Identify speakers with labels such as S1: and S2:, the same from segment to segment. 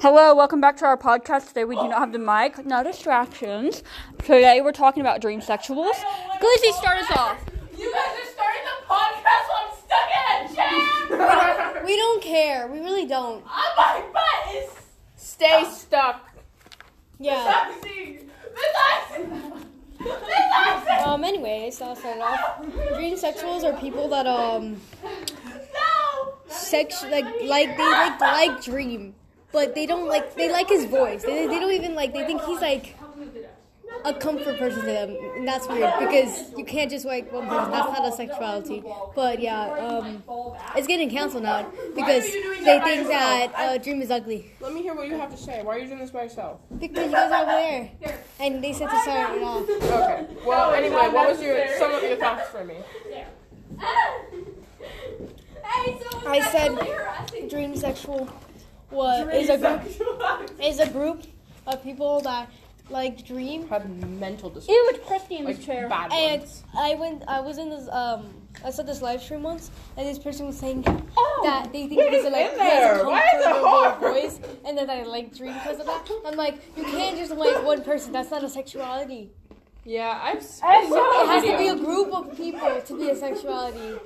S1: Hello, welcome back to our podcast. Today we do not have the mic, no distractions. Today we're talking about dream sexuals. Glizzy, start us off.
S2: You guys are starting the podcast while I'm stuck in a chair!
S3: We don't care. We really don't.
S2: oh, my butt is
S4: Stay stuck.
S3: Yeah.
S2: sucking! This ice! This ice!
S3: Um. Anyways, I'll start it off. Dream sexuals are people that um
S2: No!
S3: sex like like they like like Dream, but they don't like they like his voice. They, they don't even like they think he's like a comfort person to them. And that's weird because you can't just like one person. That's not a sexuality. But yeah, um, it's getting canceled now because they think that uh, Dream is ugly
S4: Let me hear what you have to say. Why are you doing this by yourself?
S3: because you guys are aware and they said to start it off.
S4: Okay. Well, anyway, what was your some of your thoughts for me?
S3: I said dream sexual was is a group is a group of people that like dream.
S4: Have mental disorders.
S3: Ew, it's crusty in
S4: Like bad
S3: And
S4: ones.
S3: I went I was in this um I saw this live stream once and this person was saying that they think
S4: Oh, what
S3: he's
S4: is
S3: a, like
S4: in
S3: he has a
S4: there? Why is it
S3: comfortable
S4: hard?
S3: voice and that I like dream because of that. I'm like, you can't just like one person, that's not a sexuality.
S4: Yeah, I've. s-
S3: It has to be a group of people to be a sexuality.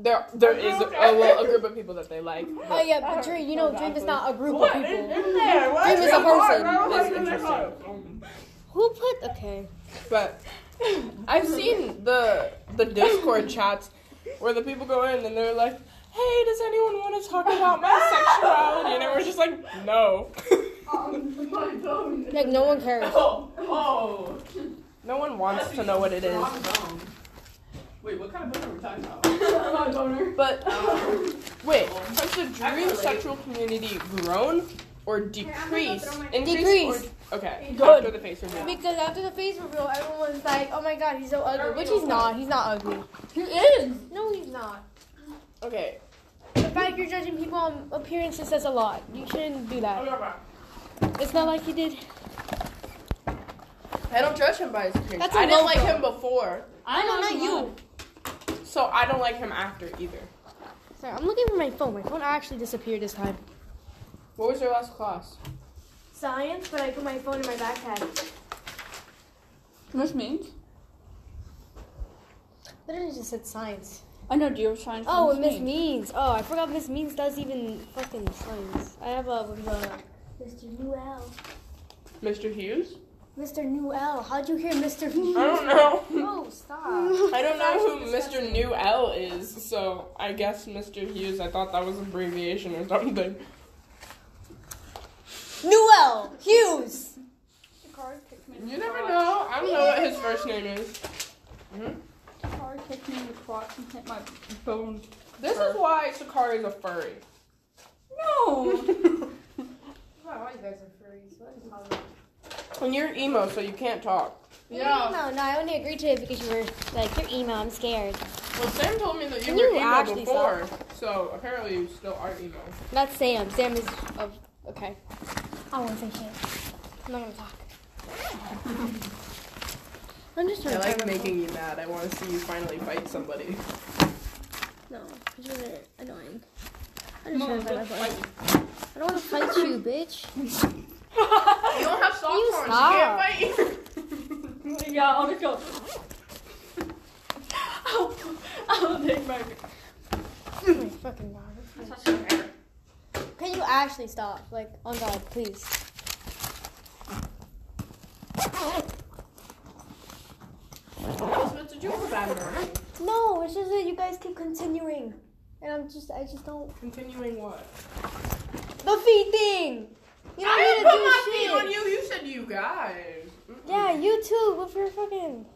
S4: There, there is a, well, a group of people that they like.
S3: Oh yeah, but dream you know dream is not a group of people.
S4: in there? What?
S3: Dream is a person.
S4: That's interesting.
S3: Who put okay.
S4: But I've seen the the Discord chats where the people go in and they're like, "Hey, does anyone want to talk about my sexuality?" And we're just like, "No."
S3: Like no one cares.
S2: Oh, oh.
S4: No one wants to know what it is.
S2: Wait, what kind of boner are we talking about? I'm a boner.
S4: But Um, wait, has the dream sexual community grown or decreased? Increased.
S3: Decreased.
S4: Or, okay.
S3: Good.
S4: After the face reveal.
S3: Because after the face reveal, everyone's like, "Oh my god, he's so ugly," which he's not. He's not ugly.
S1: He is.
S3: No, he's not.
S4: Okay.
S3: The fact you're judging people on appearances says a lot. You shouldn't do that. It's not like he did.
S4: I don't judge him by his appearance.
S3: That's a
S4: I didn't
S3: no
S4: like
S3: go.
S4: him before,
S1: I
S3: No, not you.
S4: so I don't like him after either.
S3: Sorry, I'm looking for my phone. My phone actually disappeared this time.
S4: What was your last class?
S3: Science, but I put my phone in my backpack.
S1: This means
S3: Literally just said science.
S1: I know. Do you have science?
S3: Oh, and
S1: and
S3: Miss Means. Oh, I forgot Miss Means does even fucking science. I have a with a
S5: Mr. Newell.
S4: Mr. Hughes?
S5: Mr. Newell. How'd you hear Mr. Newell?
S4: I don't know.
S5: No, stop.
S4: I don't know who Mr. New L is, so I guess Mr. Hughes. I thought that was an abbreviation or something.
S3: Newell Hughes.
S5: The car kicked me.
S4: You never know. I don't know what his first name is.
S1: The car kicked me in the crotch and hit my bone.
S4: This is why Sakari's a furry.
S1: No.
S2: Wow, you guys are furries. What is all that?
S4: And you're emo, so you can't talk.
S2: Yeah.
S3: No, no, I only agreed to it because you were like, "You're emo. I'm scared."
S4: Well, Sam told me that you
S3: Can
S4: were
S3: you
S4: emo
S3: actually
S4: before, so apparently you still are emo.
S3: That's Sam. Sam is of okay.
S5: I won't say shit.
S3: I'm not gonna talk. I'm just trying to find my phone.
S4: you mad. I want to see you finally fight somebody.
S3: No, 'cause you're annoying. I'm just trying to find my phone. I don't want to fight you, bitch.
S4: You don't have socks
S3: You
S4: on.
S3: stop.
S4: You can't fight.
S1: yeah, I'll just go. I'll, I'll take my.
S3: Oh my fucking god. Can you actually stop? Like, on God, please.
S4: What's a joke about it?
S3: No, it's just that you guys keep continuing, and I'm just, I just don't.
S4: Continuing what?
S3: The feet thing. You don't
S4: I
S3: need
S4: didn't
S3: to
S4: put
S3: do
S4: my
S3: shit.
S4: feet on you. You said you guys.
S3: Yeah, you too. With your fucking.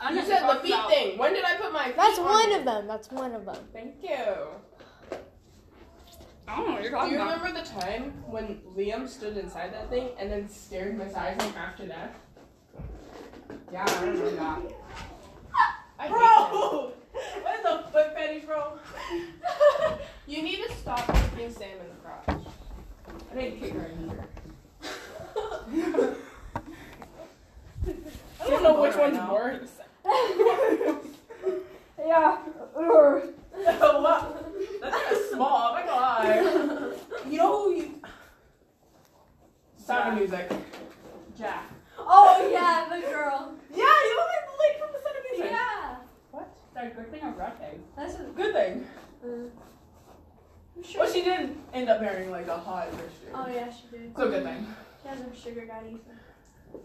S1: I'm
S4: You said the feet thing. When did I put my feet
S3: That's
S4: on
S3: one
S4: you?
S3: of them. That's one of them.
S4: Thank you.
S1: I don't know what you're
S4: Do
S1: talking
S4: you
S1: about.
S4: remember the time when Liam stood inside that thing and then scared Miss Isaac after that? Yeah, I remember that. I bro! What is a foot fetish, bro? you need to stop kicking Sam in the crotch. I didn't kick her in here. I don't know which one's worse.
S1: Yeah.
S4: That's kind of small. Oh my god. You know who you? kind of music? Jack.
S6: Oh yeah, the girl.
S4: Yeah, you look like the lady from the Sound of Music.
S6: Yeah.
S4: What? That good thing or bad thing?
S6: That's what
S4: Good thing.
S6: I'm sure.
S4: Well, she did end up marrying like a hot rich dude.
S6: oh yeah, she did.
S4: So good thing.
S6: She has a sugar daddy. So.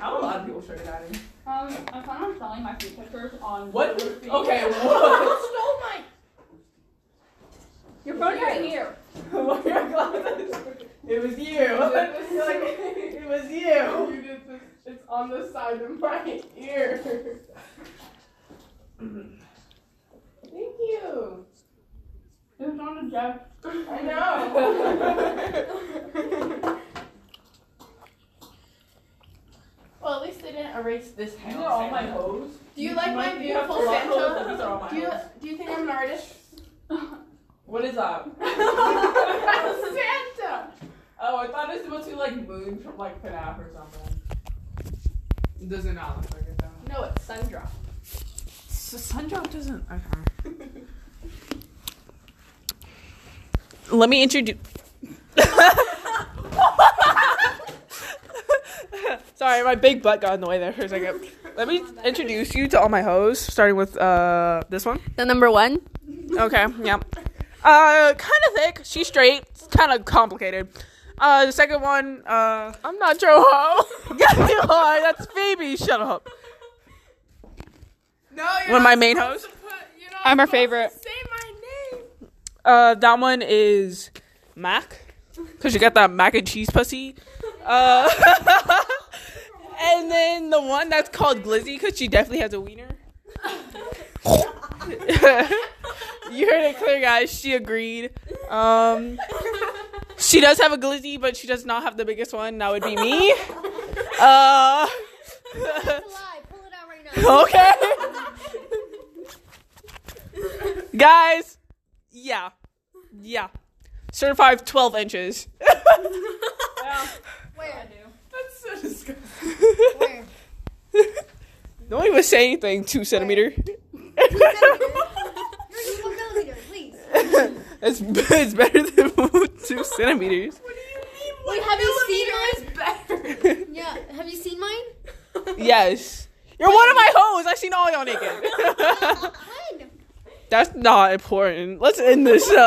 S4: I'm a lot of people sugar daddy.
S1: Um, I plan on selling my food pictures on.
S4: What?
S1: Goodreads.
S4: Okay. What?
S2: Stole my.
S1: Your phone right here.
S4: What are your glasses? It was you. You're like, it was you. You did this. It's on the side of my ear. Thank you.
S1: It was on the desk.
S4: I know.
S2: Well, at least they didn't erase this
S4: These
S2: hand.
S4: are
S1: oh
S4: all my hose.
S2: Do you like my
S4: Mine- you have
S2: beautiful
S4: a lot of hose, but
S2: Santa?
S4: These are all my
S2: Do you
S4: hose.
S2: do you think I'm an artist?
S4: What is up?
S2: Santa.
S4: Oh, I thought it was supposed to be like moon from like FNAF or something. Does it not look like it though?
S2: No, it's Sundrop.
S4: So Sundrop doesn't. Okay. Let me introduce. Sorry, my big butt got in the way there for a second. Let me introduce you to all my hoes, starting with uh this one.
S6: The number one.
S4: Okay, yeah. Uh, kind of thick. She's straight. It's kind of complicated. Uh, the second one. Uh, I'm not your hoe. yes, you are. That's Phoebe. Shut up.
S2: No,
S4: One of my main hoes.
S1: I'm her favorite.
S2: Say my name.
S4: Uh, that one is Mac, cause you got that mac and cheese pussy. Uh, and then the one that's called Glizzy, cause she definitely has a wiener. you heard it clear, guys. She agreed. Um, she does have a Glizzy, but she does not have the biggest one. That would be me. Uh,
S3: It's a lie. Pull it out right now.
S4: okay, guys. Yeah, yeah. Certified twelve inches.
S3: Where?
S4: That's so disgusting.
S3: Where?
S4: No one even say anything. Two centimeter.
S3: You're just one millimeter, please.
S4: it's it's better than two centimeters.
S3: Wait, have you seen mine? Yeah, have you seen mine?
S4: Yes. You're one of my hoes. I seen all y'all naked.
S3: When?
S4: That's not important. Let's end this show.